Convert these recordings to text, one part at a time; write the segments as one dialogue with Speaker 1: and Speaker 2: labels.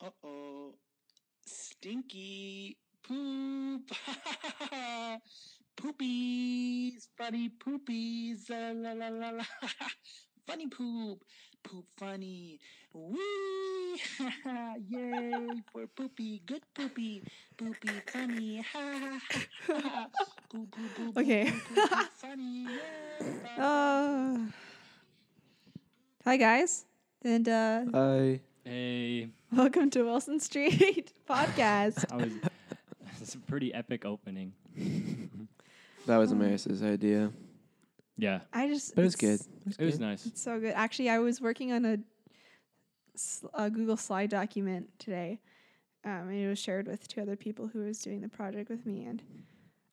Speaker 1: Uh oh. Stinky poop. poopies. Funny poopies. Uh, la la la la. funny poop. Poop funny. Wee. Yay for poopy. Good poopy. Poopy funny. Ha ha ha ha. Poop poop poop.
Speaker 2: Okay.
Speaker 1: poop, poop, funny. Yay.
Speaker 2: Uh, hi, guys. And uh,
Speaker 3: I
Speaker 4: Hey,
Speaker 2: welcome to Wilson Street Podcast.
Speaker 4: I was. it's a pretty epic opening.
Speaker 3: that was Amaris' idea,
Speaker 4: Yeah,
Speaker 2: I just.
Speaker 3: but it was good.
Speaker 2: it's-
Speaker 4: it was nice.
Speaker 2: It's so good. Actually, I was working on a, s- a Google Slide document today, um, and it was shared with two other people who was doing the project with me, and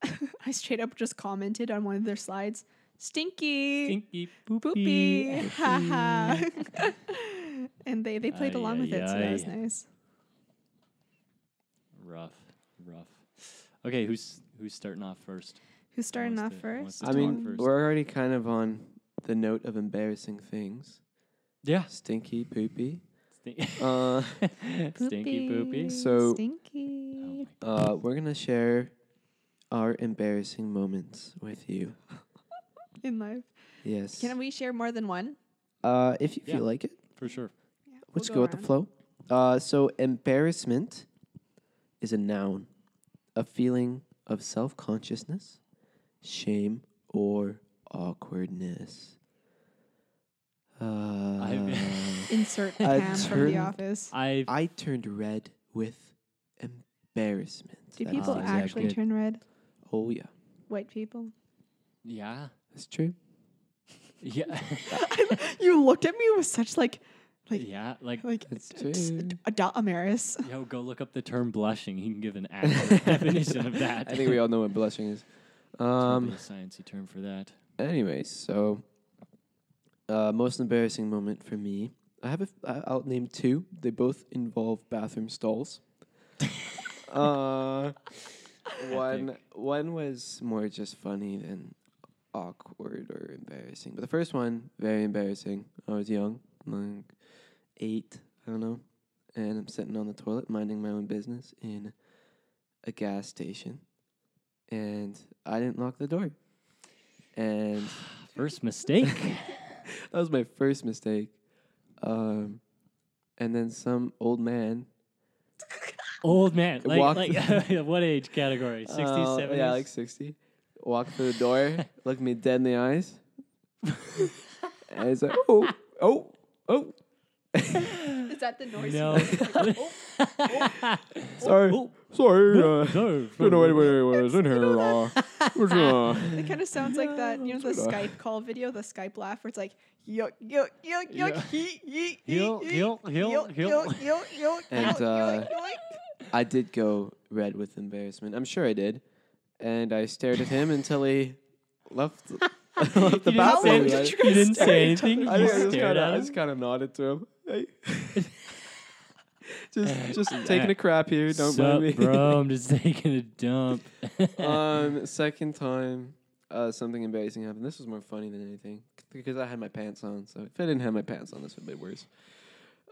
Speaker 2: I straight up just commented on one of their slides, "Stinky,
Speaker 4: Stinky
Speaker 2: poopy, haha,"
Speaker 4: poopy.
Speaker 2: and they they played
Speaker 4: Ay,
Speaker 2: along with
Speaker 4: ay,
Speaker 2: it, so that was
Speaker 4: ay.
Speaker 2: nice.
Speaker 4: rough, rough. Okay, who's who's starting off first?
Speaker 2: Who's starting off
Speaker 4: wants to- who
Speaker 2: first?
Speaker 4: wants to
Speaker 3: I
Speaker 4: talk
Speaker 3: mean,
Speaker 4: first.
Speaker 3: we're already kind of on the note of embarrassing things.
Speaker 4: Yeah,
Speaker 3: Stinky, poopy.
Speaker 4: Stin-
Speaker 3: Uh,
Speaker 4: stinky poopy.
Speaker 3: So-
Speaker 4: Oh
Speaker 2: stinky.
Speaker 4: my-
Speaker 3: uh, we're gonna share our embarrassing moments with you.
Speaker 2: In life,
Speaker 3: Yes.
Speaker 2: can we share more than one?
Speaker 3: uh, if you
Speaker 4: Yeah.
Speaker 3: feel like it,
Speaker 4: for sure.
Speaker 2: Yeah, we'll
Speaker 3: let's go with the
Speaker 2: around.
Speaker 3: flow. Uh, so embarrassment is a noun, a feeling of self-consciousness, shame, or awkwardness. Uh,
Speaker 2: Insert the
Speaker 3: A
Speaker 2: cam from
Speaker 3: turn-
Speaker 2: the office.
Speaker 4: I
Speaker 3: I turned red with embarrassment.
Speaker 2: Do
Speaker 3: That is
Speaker 2: people
Speaker 3: the exact
Speaker 2: actually
Speaker 3: word.
Speaker 2: turn red?
Speaker 3: Oh yeah,
Speaker 2: White people.
Speaker 4: yeah
Speaker 3: that's true.
Speaker 4: yeah
Speaker 2: you looked at me with such like, like,
Speaker 4: yeah like
Speaker 2: like
Speaker 3: That's
Speaker 2: a,
Speaker 3: true.
Speaker 2: a dot Amaris.
Speaker 4: yo go look up the term blushing. He can give an accurate definition of that.
Speaker 3: I think we all know what blushing is.
Speaker 4: um
Speaker 3: Um.
Speaker 4: a sciencey term for that.
Speaker 3: Anyways, so uh, most embarrassing moment for me. I have a. F- I- I'll name two. They both involve bathroom stalls. uh, one one was more just funny than awkward or embarrassing. But the first one, very embarrassing. I was young, like eight, I don't know, and I'm sitting on the toilet minding my own business in a gas station, and I didn't lock the door, and
Speaker 4: First mistake.
Speaker 3: that was my first mistake. Um, and then some old man
Speaker 4: Old man. Like,
Speaker 3: Walk-
Speaker 4: like what age category? 60s,
Speaker 3: Uh,
Speaker 4: 70s?
Speaker 3: Yeah, like 60. Walked through the door, looked me dead in the eyes. and he's like, oh, oh, oh,
Speaker 2: Is that the noise?
Speaker 4: no.
Speaker 3: sorry,
Speaker 4: Oh.
Speaker 3: sorry. Uh,
Speaker 4: no.
Speaker 3: don't know anybody was in here. Uh, was, uh,
Speaker 2: It kind of sounds like that. You know the
Speaker 3: Sort of.
Speaker 2: Skype call video, the Skype laugh, where it's like yuck, yuck, yuck, yuck,
Speaker 4: Yeah.
Speaker 2: yeet, yeet,
Speaker 4: Heel,
Speaker 2: yeet,
Speaker 4: heel,
Speaker 2: yeet,
Speaker 4: heel,
Speaker 2: yuck,
Speaker 4: heel.
Speaker 2: yuck, yuck, yuck,
Speaker 3: And,
Speaker 2: yuck,
Speaker 3: uh,
Speaker 2: yuck,
Speaker 3: I did go red with embarrassment. I'm sure I did. And I stared at him until he left, left the
Speaker 4: You didn't
Speaker 2: say
Speaker 3: bathroom.
Speaker 2: anything.
Speaker 3: I-
Speaker 2: did you
Speaker 4: you
Speaker 2: guys
Speaker 4: didn't
Speaker 2: stare
Speaker 4: say
Speaker 2: at each
Speaker 4: anything. You
Speaker 3: I, think I just
Speaker 4: stared
Speaker 3: kinda, I
Speaker 4: at
Speaker 3: just
Speaker 4: him.
Speaker 3: kind of nodded to him. Hey. just just taking a crap here. Don't
Speaker 4: Sup,
Speaker 3: mind me.
Speaker 4: bro? I'm just taking a dump.
Speaker 3: um, second time, uh, something embarrassing happened. This was more funny than anything c- because I had my pants on. So if I didn't have my pants on, this would be worse.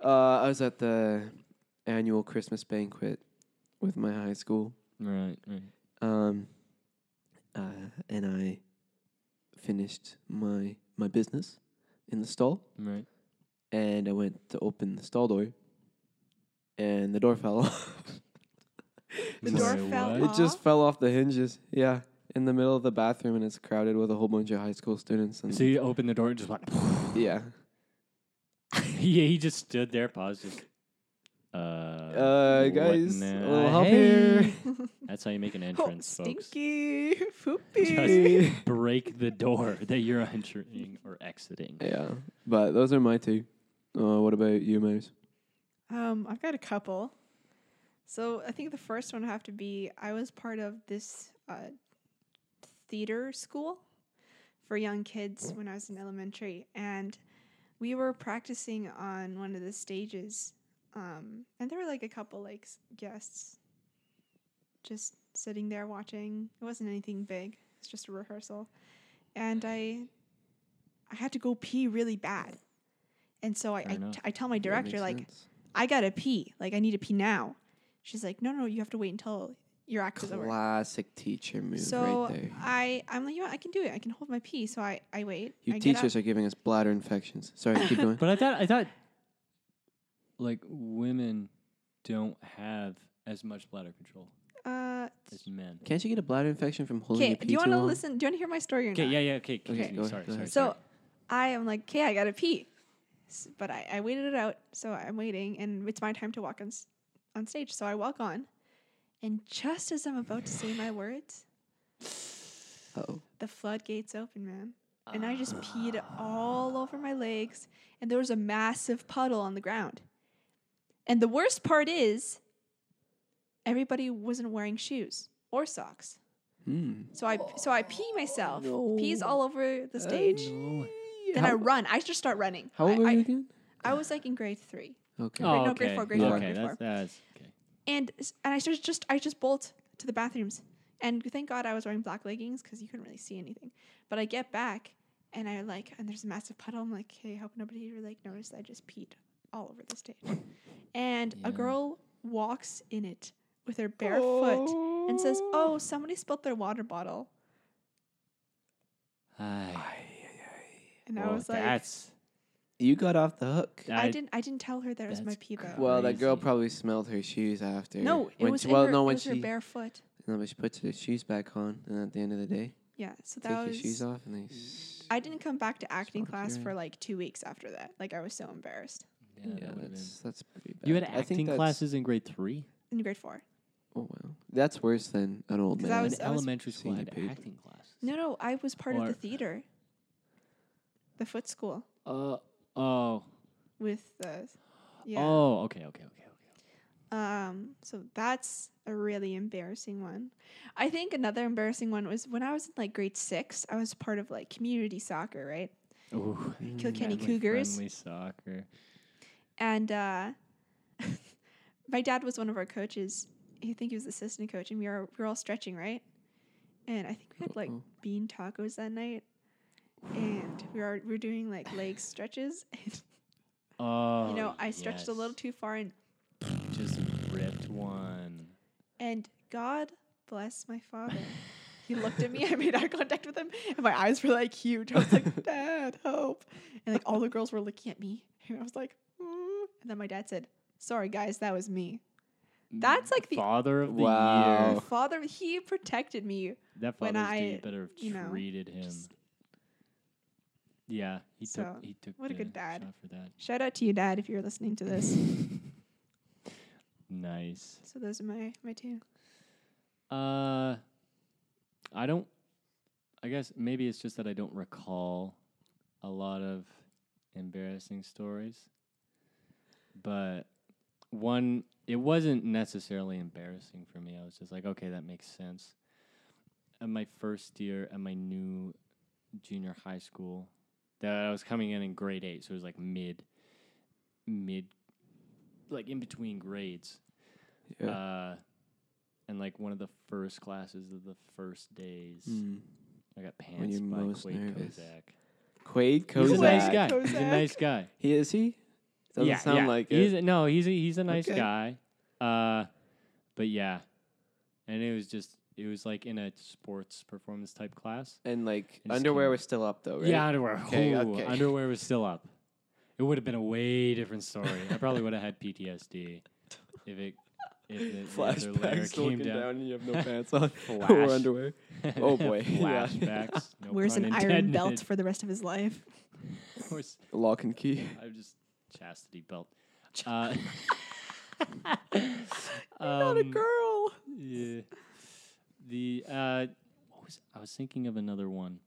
Speaker 3: Uh, I was at the annual Christmas banquet with my high school,
Speaker 4: right, right.
Speaker 3: um, uh, and I finished my my business in the stall,
Speaker 4: Right.
Speaker 3: and I went to open the stall door, and the door fell off.
Speaker 2: The door
Speaker 4: Wait,
Speaker 2: fell
Speaker 3: It
Speaker 4: what?
Speaker 3: just fell off the hinges. Yeah, in the middle of the bathroom, and it's crowded with a whole bunch of high school students. And
Speaker 4: So you open the door and just went.
Speaker 3: yeah,
Speaker 4: he, he just stood there, paused, just. Uh,
Speaker 3: uh,
Speaker 4: what
Speaker 3: guys, a
Speaker 4: now?
Speaker 3: little help
Speaker 4: Hey.
Speaker 3: here.
Speaker 4: That's how you make an
Speaker 2: oh,
Speaker 4: entrance, folks.
Speaker 2: stinky,
Speaker 4: Just-
Speaker 2: poopy.
Speaker 4: Break the door that you're entering or exiting.
Speaker 3: Yeah, but those are my two. Uh, what about you, Mace?
Speaker 2: Um, I've got a couple. So I think the first one would have to be I was part of this uh, theater school for young kids when I was in elementary, and we were practicing on one of the stages, um, and there were like a couple like s- guests just sitting there watching. It wasn't anything big; it's just a rehearsal, and I I had to go pee really bad, and so I I,
Speaker 4: Fair enough.
Speaker 2: t- I tell my director like. I gotta pee. Like I need to pee now. She's like, no, no, you have to wait until your act is over.
Speaker 3: Classic teacher move
Speaker 2: So
Speaker 3: right there.
Speaker 2: I, I'm like, you know, what? I can do it. I can hold my pee. So I, I wait.
Speaker 3: You
Speaker 2: I get up.
Speaker 3: teachers are giving us bladder infections. Sorry, keep going.
Speaker 4: But I thought I thought like women don't have as much bladder control
Speaker 2: Uh,
Speaker 4: as men.
Speaker 3: Can't you get a bladder infection from holding
Speaker 2: okay.
Speaker 3: your pee
Speaker 2: Do you
Speaker 3: want to
Speaker 2: listen? Do you want to hear my story or
Speaker 4: Okay,
Speaker 2: not?
Speaker 4: yeah, yeah, okay.
Speaker 3: Okay,
Speaker 4: Continue.
Speaker 3: go
Speaker 4: sorry,
Speaker 3: ahead.
Speaker 4: sorry.
Speaker 2: So
Speaker 4: sorry.
Speaker 2: I am like, okay, I gotta pee. S- But I, I waited it out, so I'm waiting, and it's my time to walk on, s- on stage. So I walk on, and just as I'm about to say my words,
Speaker 3: Oh,
Speaker 2: the floodgates open, man. And I just peed all
Speaker 3: Ah.
Speaker 2: over my legs, and there was a massive puddle on the ground. And the worst part is, everybody wasn't wearing shoes or socks.
Speaker 3: mm.
Speaker 2: So I so I
Speaker 3: Oh,
Speaker 2: pee myself, pees all over the stage. Then I
Speaker 3: How-
Speaker 2: run. I just start running.
Speaker 3: How old
Speaker 2: I,
Speaker 3: were you
Speaker 2: I,
Speaker 3: again?
Speaker 2: I was like in grade three,
Speaker 3: Okay.
Speaker 4: Oh,
Speaker 2: no,
Speaker 4: okay.
Speaker 2: grade four, grade four,
Speaker 4: okay,
Speaker 2: grade
Speaker 4: that's,
Speaker 2: four.
Speaker 4: that's okay.
Speaker 2: and s- and I just just I just bolt to the bathrooms, and thank God I was wearing black leggings because you couldn't really see anything. But I get back, and I like and there's a massive puddle. I'm like, hey, hope nobody here like noticed I just peed all over the stage, and
Speaker 4: Yeah.
Speaker 2: a girl walks in it with her bare foot and says, oh, somebody spilled their water bottle,
Speaker 4: Aye.
Speaker 2: and I
Speaker 4: Well,
Speaker 2: was like.
Speaker 4: that's
Speaker 3: You got off the hook.
Speaker 2: I,
Speaker 4: I-
Speaker 2: didn't. I didn't tell her that it was my
Speaker 4: that's
Speaker 2: pee though.
Speaker 3: Well, that girl
Speaker 4: Crazy.
Speaker 3: probably smelled her shoes after.
Speaker 2: no, it
Speaker 3: when
Speaker 2: was
Speaker 3: she-
Speaker 2: in
Speaker 3: well,
Speaker 2: her,
Speaker 3: no,
Speaker 2: it
Speaker 3: when
Speaker 2: was her
Speaker 3: she
Speaker 2: bare foot.
Speaker 3: no, but she puts her shoes back on, and at the end of the day,
Speaker 2: Yeah, so
Speaker 3: take
Speaker 2: that
Speaker 3: your
Speaker 2: was.
Speaker 3: shoes off, and they. s-
Speaker 2: I didn't come back to acting
Speaker 3: Spot
Speaker 2: class
Speaker 3: your-
Speaker 2: for like two weeks after that. Like I was so embarrassed
Speaker 4: yeah, that
Speaker 3: yeah,
Speaker 4: would've been-
Speaker 3: that's that's pretty bad.
Speaker 4: You had
Speaker 3: I think
Speaker 4: acting
Speaker 3: that's-
Speaker 4: classes in grade three?
Speaker 2: in grade four.
Speaker 3: Oh wow, that's worse than an old
Speaker 2: 'Cause I
Speaker 3: man.
Speaker 4: In
Speaker 2: was- I was-
Speaker 4: elementary school, I
Speaker 3: Senior
Speaker 4: had
Speaker 3: paper.
Speaker 4: acting classes.
Speaker 2: No, no, I was part of
Speaker 4: Or-
Speaker 2: the theater, the foot school
Speaker 4: Uh, oh.
Speaker 2: with the. Yeah.
Speaker 4: Oh, okay, okay, okay, okay.
Speaker 2: Um, so that's a really embarrassing one. I think another embarrassing one was when I was in like grade six, I was part of like community soccer, right?
Speaker 4: Ooh.
Speaker 2: Kilkenny
Speaker 4: Family
Speaker 2: Cougars.
Speaker 4: Mm, Friendly soccer.
Speaker 2: And uh, my dad was one of our coaches. I think he was the assistant coach, and we were, we were all stretching, right? And I think we had like
Speaker 4: Uh-huh.
Speaker 3: Uh-oh.
Speaker 2: bean tacos that night, and we were we were doing like leg stretches. And,
Speaker 4: Oh,
Speaker 2: you know, I stretched a little
Speaker 4: yes.
Speaker 2: too far, and
Speaker 4: Just ripped one.
Speaker 2: and God bless my father. He looked at me. I made eye contact with him, and my eyes were like huge. I was like, "Dad, help!" And like all the girls were looking at me, and I was like, "Mm." and then my dad said, "Sorry, guys, that was me." That's like the
Speaker 4: father of the
Speaker 3: Wow.
Speaker 2: My
Speaker 4: year.
Speaker 2: father he protected me
Speaker 4: That
Speaker 2: When
Speaker 4: father's dude,
Speaker 2: I,
Speaker 4: you better have
Speaker 2: you know,
Speaker 4: treated him.
Speaker 2: just-
Speaker 4: Yeah, he
Speaker 2: So,
Speaker 4: took he took
Speaker 2: what a
Speaker 4: the
Speaker 2: good dad.
Speaker 4: shot for that.
Speaker 2: shout out to you dad if you're listening to this
Speaker 4: Nice.
Speaker 2: so those are my my two
Speaker 4: Uh, I don't. I guess maybe it's just that I don't recall a lot of embarrassing stories. But one, it wasn't necessarily embarrassing for me. I was just like, okay, that makes sense. At my first year at my new junior high school, that I was coming in in grade eight, so it was like mid, mid, like in between grades.
Speaker 3: Yeah.
Speaker 4: Uh, and like one of the first classes of the first days,
Speaker 3: Mm.
Speaker 4: I got pants
Speaker 3: you're
Speaker 4: by
Speaker 3: most
Speaker 4: Quade
Speaker 3: nervous.
Speaker 4: Kozak.
Speaker 3: Quaid
Speaker 4: He's a nice
Speaker 3: Kozak.
Speaker 4: guy. He's a
Speaker 2: Kozak.
Speaker 4: nice guy.
Speaker 3: He is he? Doesn't
Speaker 4: yeah,
Speaker 3: sound
Speaker 4: yeah.
Speaker 3: like
Speaker 4: he's
Speaker 3: it.
Speaker 4: A, no, he's a, he's a nice
Speaker 3: Okay.
Speaker 4: guy. Uh, but yeah, and it was just it was like in a sports performance type class.
Speaker 3: and like
Speaker 4: Just
Speaker 3: underwear
Speaker 4: kidding.
Speaker 3: was still up though, right?
Speaker 4: Yeah, underwear.
Speaker 3: Okay,
Speaker 4: Ooh,
Speaker 3: okay.
Speaker 4: Underwear was still up. It would have been a way different story. I probably would have had PTSD if it if the, the other layer
Speaker 3: Flashbacks
Speaker 4: came
Speaker 3: looking down.
Speaker 4: down.
Speaker 3: and you have no pants on
Speaker 4: Flash.
Speaker 3: or underwear. Oh, boy. Yeah.
Speaker 4: Flashbacks. No
Speaker 2: wears
Speaker 4: pun
Speaker 2: an iron
Speaker 4: intended.
Speaker 2: belt for the rest of his life
Speaker 4: Of course,
Speaker 3: Lock and key.
Speaker 4: I'm just chastity belt. Uh,
Speaker 2: not a
Speaker 4: um,
Speaker 2: girl
Speaker 4: Yeah. The uh, what was I was thinking of another one.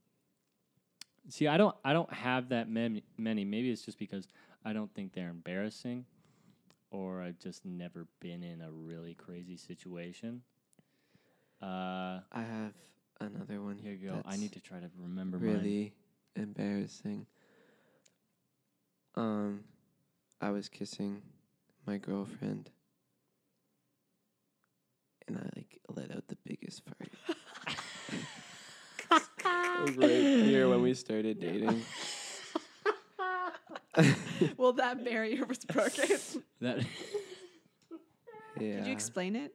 Speaker 4: See, I don't I don't have that many. many. Maybe it's just because I don't think they're embarrassing, or I've just never been in a really crazy situation. Uh,
Speaker 3: I have another one.
Speaker 4: here you go. I
Speaker 3: that's
Speaker 4: need to try to remember mine.
Speaker 3: really embarrassing. Um, I was kissing my girlfriend, and I like let out the biggest fart. Oh. it was right here when we started dating.
Speaker 2: well, that barrier was broken.
Speaker 4: That
Speaker 3: yeah.
Speaker 2: Could you explain it?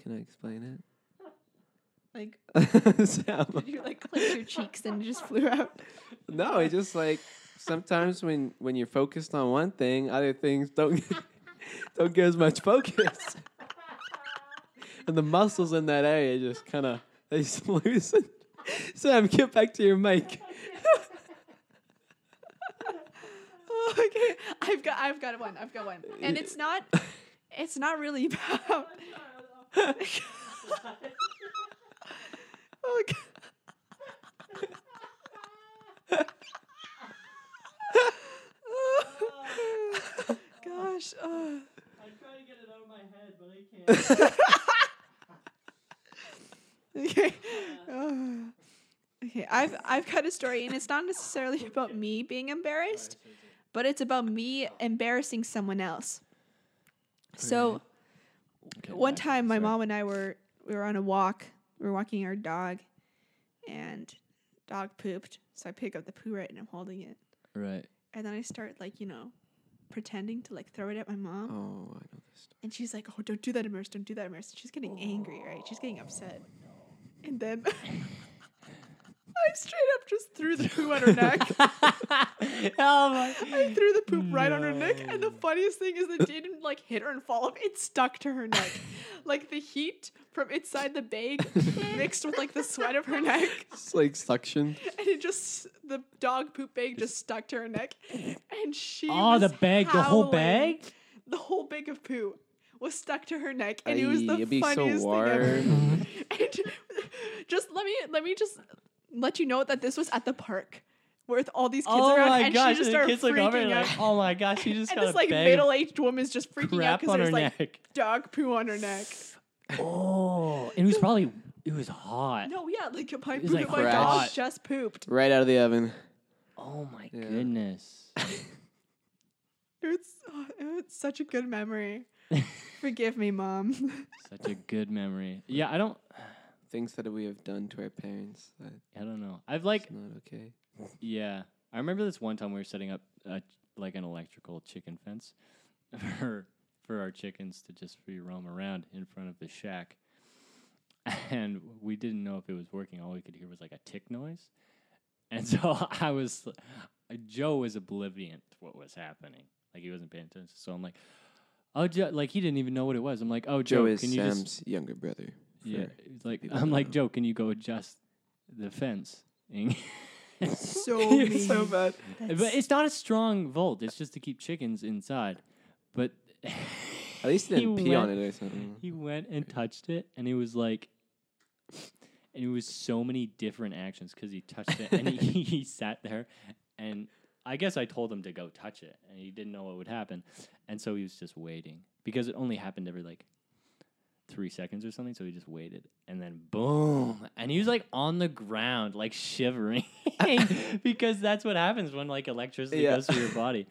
Speaker 3: Can I explain
Speaker 2: Like,
Speaker 3: it? Sam.
Speaker 2: did you like clench your cheeks and it just flew out?
Speaker 3: No, it's just like sometimes when when you're focused on one thing, other things don't get, don't get as much focus, and the muscles in that area just kind of they just loosen. Sam, get back to your mic.
Speaker 2: Oh, okay, I've got, I've got one. I've got one, and it's not, it's not really about. oh, God. Oh, Gosh. Oh.
Speaker 4: I'm trying to get it out of my head, but I can't.
Speaker 2: Okay. Oh. Okay. I've I've got a story, and it's not necessarily about me being embarrassed, but it's about me embarrassing someone else. So one time, my mom and I were we were on a walk. We were walking our dog, and dog pooped. So I pick up the poo right, and I'm holding it,
Speaker 4: Right.
Speaker 2: and then I start like you know, pretending to like throw it at my mom.
Speaker 3: Oh, I know this story.
Speaker 2: And she's like, "Oh, don't do that, immerse! Don't do that, immerse!" She's getting angry, right? She's getting upset. And then I straight up just threw the poo on her neck.
Speaker 4: oh my.
Speaker 2: I threw the poop right on her neck. And the funniest thing is, it didn't like hit her and fall off. It stuck to her neck, like the heat from inside the bag mixed with like the sweat of her neck,
Speaker 3: It's like suction.
Speaker 2: and it just the dog poop bag just stuck to her neck, and she.
Speaker 4: Oh,
Speaker 2: was
Speaker 4: the bag, the whole
Speaker 2: howling
Speaker 4: bag.
Speaker 2: the whole bag of poo was stuck to her neck, and it was the
Speaker 3: Ay, it'd be so
Speaker 2: funniest thing ever.
Speaker 3: warm.
Speaker 2: and just let me let me just let you know that this was at the park with all these kids
Speaker 4: oh
Speaker 2: around,
Speaker 4: my
Speaker 2: and
Speaker 4: gosh!
Speaker 2: she just
Speaker 4: and the
Speaker 2: started
Speaker 4: kids look
Speaker 2: freaking
Speaker 4: over and
Speaker 2: out.
Speaker 4: like, oh my gosh! She just
Speaker 2: and
Speaker 4: got
Speaker 2: this
Speaker 4: a
Speaker 2: like
Speaker 4: bag of
Speaker 2: middle-aged woman's just freaking out
Speaker 4: crap
Speaker 2: because
Speaker 4: on her
Speaker 2: there's like
Speaker 4: neck.
Speaker 2: dog poo on her neck.
Speaker 4: Oh, and it was probably it was hot.
Speaker 2: No, yeah, like my,
Speaker 4: It was,
Speaker 2: poo-
Speaker 4: like,
Speaker 2: my dog
Speaker 4: fresh.
Speaker 2: just pooped.
Speaker 3: Right out of the oven.
Speaker 4: Oh my
Speaker 3: Yeah.
Speaker 4: goodness.
Speaker 2: It's oh, it's such a good memory. Forgive me, mom.
Speaker 4: Such a good memory. Yeah, I don't
Speaker 3: Things that we have done to our parents that's
Speaker 4: I don't know. I've like
Speaker 3: not okay.
Speaker 4: yeah. I remember this one time we were setting up a, like an electrical chicken fence for for our chickens to just free roam around in front of the shack. And we didn't know if it was working. All we could hear was like a tick noise. And so I was Joe was oblivious to what was happening. Like he wasn't paying attention. So I'm like, "Oh, Joe, like he didn't even know what it was." I'm like, "Oh, Joe,
Speaker 3: Joe is
Speaker 4: can you
Speaker 3: Sam's
Speaker 4: just
Speaker 3: younger brother.
Speaker 4: Yeah,
Speaker 3: for
Speaker 4: it's like
Speaker 3: people
Speaker 4: I'm
Speaker 3: that
Speaker 4: like
Speaker 3: know.
Speaker 4: Joe. Can you go adjust the fence? but
Speaker 2: So mean.
Speaker 3: It's so bad.
Speaker 2: That's-
Speaker 4: it's not a strong volt. It's just to keep chickens inside. But
Speaker 3: At least he
Speaker 4: He
Speaker 3: didn't pee on
Speaker 4: went-
Speaker 3: it or something.
Speaker 4: he went and touched it, and it was like, and it was so many different actions because he touched it and he, he sat there, and I guess I told him to go touch it, and he didn't know what would happen, and so he was just waiting because it only happened every like three seconds or something. So he just waited, and then boom, and he was like on the ground, like shivering, because that's what happens when like electricity
Speaker 3: Yeah.
Speaker 4: goes through your body.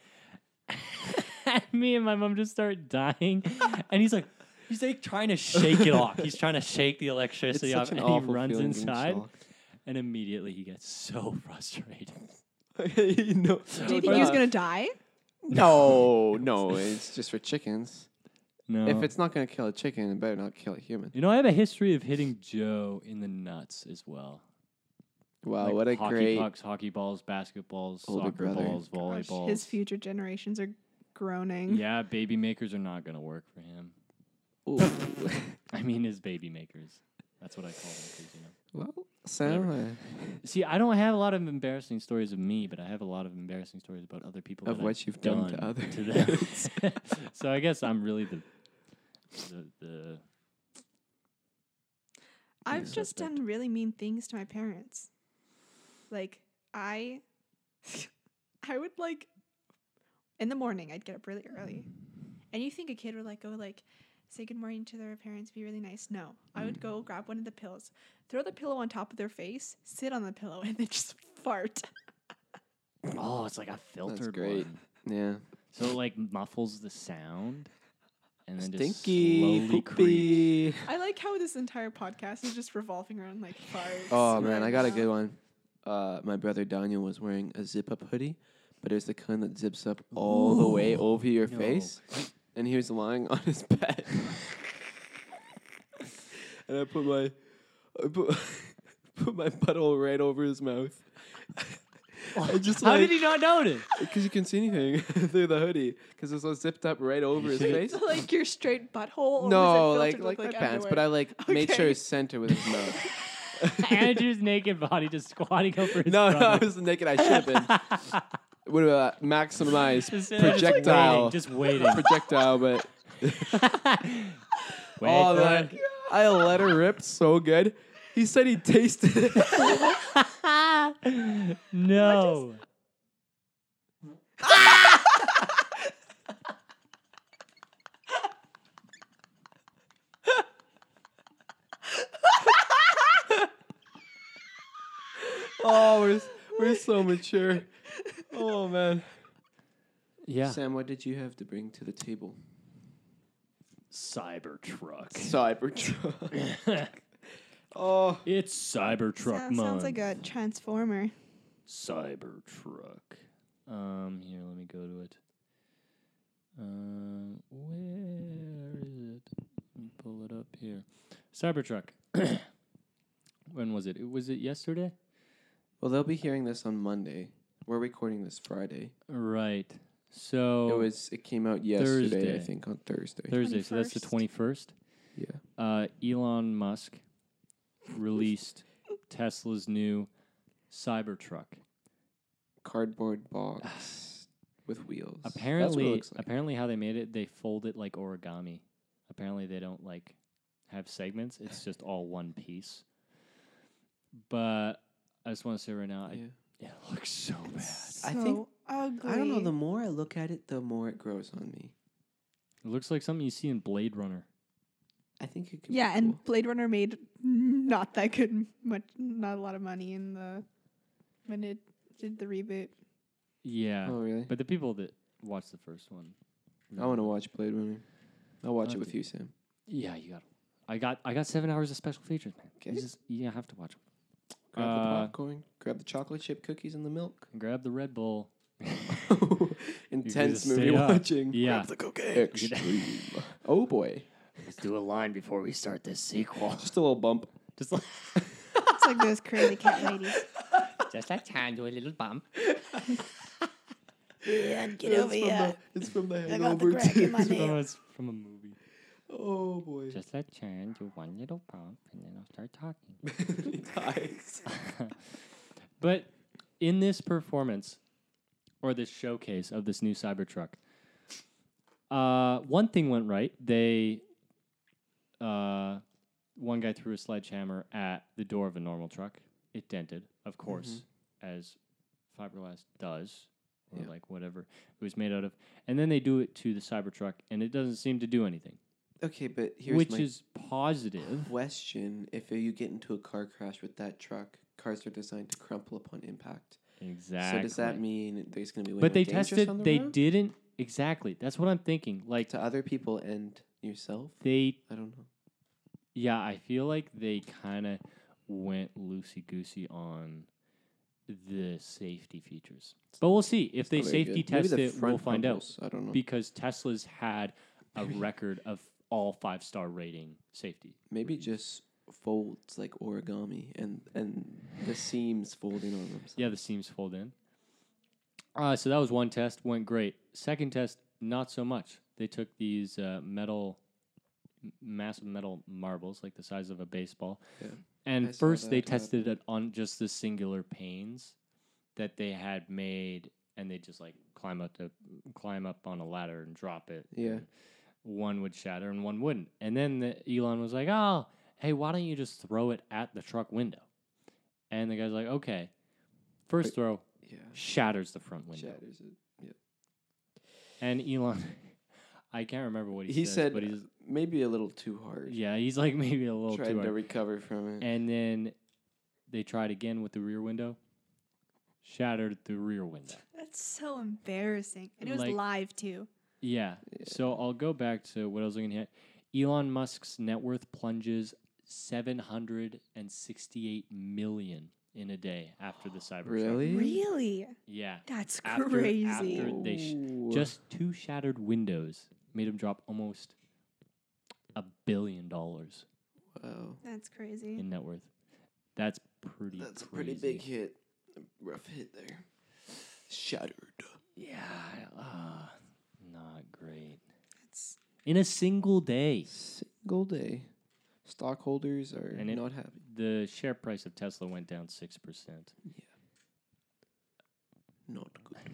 Speaker 4: and me and my mom just start dying, and he's like, he's like trying to shake it off. He's trying to shake the
Speaker 3: It's
Speaker 4: electricity
Speaker 3: such
Speaker 4: off,
Speaker 3: an
Speaker 4: and
Speaker 3: awful
Speaker 4: he runs
Speaker 3: feeling being
Speaker 4: inside,
Speaker 3: shocked.
Speaker 4: and immediately he gets so frustrated.
Speaker 3: You know-
Speaker 2: Do you
Speaker 4: But,
Speaker 2: think he was
Speaker 4: uh,
Speaker 2: gonna die?
Speaker 3: No, no, it's just for chickens.
Speaker 4: No,
Speaker 3: If it's not gonna kill a chicken, it better not kill a human.
Speaker 4: you know, I have a history of hitting Joe in the nuts as well.
Speaker 3: Wow,
Speaker 4: Like
Speaker 3: Oh, what a
Speaker 4: hockey
Speaker 3: great
Speaker 4: pucks, hockey balls, basketballs,
Speaker 3: older
Speaker 4: soccer
Speaker 3: brother.
Speaker 4: balls,
Speaker 2: Gosh,
Speaker 4: volleyballs.
Speaker 2: His future generations are groaning.
Speaker 4: Yeah, baby makers are not going to work for him.
Speaker 3: Ooh.
Speaker 4: I mean, his baby makers. That's what I call them. 'cause, you know.
Speaker 3: Well, Sam, uh,
Speaker 4: See, I don't have a lot of embarrassing stories of me, but I have a lot of embarrassing stories about other people.
Speaker 3: Of
Speaker 4: that
Speaker 3: what
Speaker 4: I've
Speaker 3: you've done to others.
Speaker 4: to them. so I guess I'm really the the, the
Speaker 2: I've
Speaker 4: Yeah.
Speaker 2: just
Speaker 4: Suspect.
Speaker 2: done really mean things to my parents. Like I I would like in the morning I'd get up really early. And you think a kid would like go like say good morning to their parents, be really nice. No. I would
Speaker 3: Mm.
Speaker 2: go grab one of the pills, throw the pillow on top of their face, sit on the pillow, and then just fart.
Speaker 4: oh, it's like a filtered
Speaker 3: great.
Speaker 4: one.
Speaker 3: yeah,
Speaker 4: So it like muffles the sound, and then
Speaker 3: stinky,
Speaker 4: just slowly creeps.
Speaker 3: poopy.
Speaker 2: I like how this entire podcast is just revolving around like farts.
Speaker 3: Oh man,
Speaker 2: right
Speaker 3: I got a
Speaker 2: now.
Speaker 3: good one. Uh, my brother Daniel was wearing a zip-up hoodie, but it's the kind that zips up all the way over your
Speaker 4: No.
Speaker 3: face. And he was lying on his bed. and I put my I put, put my butthole right over his mouth. I just
Speaker 4: How
Speaker 3: like,
Speaker 4: did he not notice?
Speaker 3: Because you can see anything through the hoodie, because it's all zipped up right over his face.
Speaker 2: like your straight butthole. or was it
Speaker 3: No,
Speaker 2: filtered
Speaker 3: like
Speaker 2: with,
Speaker 3: like, my pants, but I like made sure
Speaker 2: Okay.
Speaker 3: it's center with his mouth.
Speaker 4: Andrew's naked body just squatting over his
Speaker 3: No, no, I
Speaker 4: brother.
Speaker 3: was naked. I should have been. Would have uh, maximized
Speaker 4: Just sitting there
Speaker 3: projectile,
Speaker 4: Just waiting. Just
Speaker 3: projectile, but
Speaker 4: waiting. Wait
Speaker 3: oh
Speaker 4: for
Speaker 3: man,
Speaker 4: it.
Speaker 3: I let her rip so good. He said he tasted it.
Speaker 4: no.
Speaker 3: oh, we're we're so mature. Oh man,
Speaker 4: Yeah.
Speaker 3: Sam, what did you have to bring to the table?
Speaker 4: Cybertruck.
Speaker 3: Cybertruck. oh,
Speaker 4: it's Cybertruck
Speaker 2: Sounds, sounds like a transformer.
Speaker 4: Cybertruck. Um, here, let me go to it. Um, where is it? Let me pull it up here. Cybertruck. when was it? It was it yesterday?
Speaker 3: well, they'll be hearing this on Monday. We're recording this Friday.
Speaker 4: Right. So
Speaker 3: It was. It came out yesterday, I
Speaker 4: Thursday.
Speaker 3: think, on Oh. Thursday.
Speaker 4: Thursday. So that's the 21st.
Speaker 3: yeah.
Speaker 4: Uh, Elon Musk released Tesla's new Cybertruck.
Speaker 3: Cardboard box with wheels. That's what it
Speaker 4: Apparently,
Speaker 3: looks like.
Speaker 4: apparently, how they made it, they fold it like origami. Apparently, they don't like have segments. It's just all one piece. But I just want to say right now,
Speaker 3: Yeah.
Speaker 4: I, it looks so bad.
Speaker 3: I
Speaker 2: so
Speaker 3: think-
Speaker 2: ugly.
Speaker 3: I don't know. The more I look at it, the more it grows on me.
Speaker 4: It looks like something you see in Blade Runner.
Speaker 3: I think it could.
Speaker 2: yeah,
Speaker 3: be cool.
Speaker 2: and Blade Runner made not that good, much, not a lot of money in the when it did the reboot.
Speaker 4: Yeah,
Speaker 3: oh really?
Speaker 4: but the people that watched the first one,
Speaker 3: I want to watch Blade Runner. I'll watch
Speaker 4: Oh,
Speaker 3: it with
Speaker 4: dude.
Speaker 3: you, Sam.
Speaker 4: yeah, you got. I got I got seven hours of special features, man. You
Speaker 3: 'Kay.
Speaker 4: just you have to watch 'em.
Speaker 3: Grab the
Speaker 4: Uh,
Speaker 3: popcorn. Grab the chocolate chip cookies and the milk.
Speaker 4: Grab the Red Bull.
Speaker 3: Intense
Speaker 4: just
Speaker 3: movie
Speaker 4: stay up.
Speaker 3: watching.
Speaker 4: Yeah.
Speaker 3: the cocaine. Extreme. oh boy,
Speaker 4: Let's do a line before we start this sequel.
Speaker 3: just a little bump.
Speaker 4: Just like,
Speaker 2: It's like those crazy cat ladies.
Speaker 4: just like time, do a little bump.
Speaker 2: Yeah, get
Speaker 3: it's, from The, it's from the hangover.
Speaker 2: crack in my
Speaker 3: too.
Speaker 2: nail.
Speaker 4: it's from a movie.
Speaker 3: oh boy,
Speaker 4: Just let Chan do one little bump, and then I'll start talking.
Speaker 3: he dies.
Speaker 4: But in this performance, or this showcase of this new Cybertruck, uh, one thing went right. They, uh, one guy threw a sledgehammer at the door of a normal truck. It dented, of
Speaker 3: Mm-hmm.
Speaker 4: course, as fiberglass does, or
Speaker 3: Yeah.
Speaker 4: like whatever it was made out of. And then they do it to the Cybertruck, and it doesn't seem to do anything,
Speaker 3: Okay, but here's
Speaker 4: which
Speaker 3: my
Speaker 4: is positive.
Speaker 3: question if you get into a car crash with that truck cars are designed to crumple upon impact
Speaker 4: Exactly.
Speaker 3: so does that mean there's going to be way
Speaker 4: But
Speaker 3: more
Speaker 4: they
Speaker 3: dangerous
Speaker 4: tested.
Speaker 3: on the
Speaker 4: they
Speaker 3: road?
Speaker 4: didn't exactly. That's what I'm thinking. Like
Speaker 3: to other people and yourself
Speaker 4: they,
Speaker 3: i don't know
Speaker 4: yeah, I feel like they kind of went loosey goosey on the safety features. But we'll see if they
Speaker 3: Not very
Speaker 4: safety
Speaker 3: good. Maybe
Speaker 4: test
Speaker 3: the
Speaker 4: it. We'll
Speaker 3: front
Speaker 4: find out
Speaker 3: frontals, i don't know
Speaker 4: because Tesla's had a record of all five star rating safety.
Speaker 3: maybe just folds like origami and and the seams folding on themselves
Speaker 4: Yeah, the seams fold in. Uh, so that was one test, went great. Second test, not so much. They took these uh, metal, m- massive metal marbles, like the size of a baseball,
Speaker 3: Yeah.
Speaker 4: and
Speaker 3: I saw
Speaker 4: first they
Speaker 3: that happen.
Speaker 4: tested it on just the singular panes that they had made, and they just like climb up to climb up on a ladder and drop it.
Speaker 3: Yeah.
Speaker 4: and one would shatter and one wouldn't. And then the, Elon was like, "Oh, hey, why don't you just throw it at the truck window?" And the guy's like, "Okay." First
Speaker 3: Wait.
Speaker 4: throw
Speaker 3: yeah,
Speaker 4: shatters the front window.
Speaker 3: shatters it
Speaker 4: And Elon, I can't remember what he,
Speaker 3: he
Speaker 4: says,
Speaker 3: said uh,
Speaker 4: but he's
Speaker 3: maybe a little too hard
Speaker 4: yeah, he's like maybe a little
Speaker 3: trying
Speaker 4: too
Speaker 3: to
Speaker 4: hard.
Speaker 3: recover from it
Speaker 4: And then they tried again with the rear window, shattered the rear window.
Speaker 2: That's so embarrassing, and it was
Speaker 4: Like-
Speaker 2: live too.
Speaker 4: Yeah. So I'll go back to what I was looking at. Elon Musk's net worth plunges seven hundred and sixty-eight million in a day after the cyber show.
Speaker 3: Really?
Speaker 2: Really?
Speaker 4: Yeah.
Speaker 2: That's
Speaker 4: After-
Speaker 2: crazy.
Speaker 4: after- they sh-
Speaker 3: Ooh.
Speaker 4: Just two shattered windows made him drop almost a billion dollars
Speaker 3: Wow.
Speaker 2: That's crazy.
Speaker 4: in net worth. That's pretty.
Speaker 3: That's a pretty
Speaker 4: crazy.
Speaker 3: big hit. Rough hit there. Shattered.
Speaker 4: Yeah. Uh, not great.
Speaker 2: That's
Speaker 4: In a single day,
Speaker 3: Single day. Stockholders are
Speaker 4: And it-
Speaker 3: not happy.
Speaker 4: the share price of Tesla went down six percent.
Speaker 3: Not good.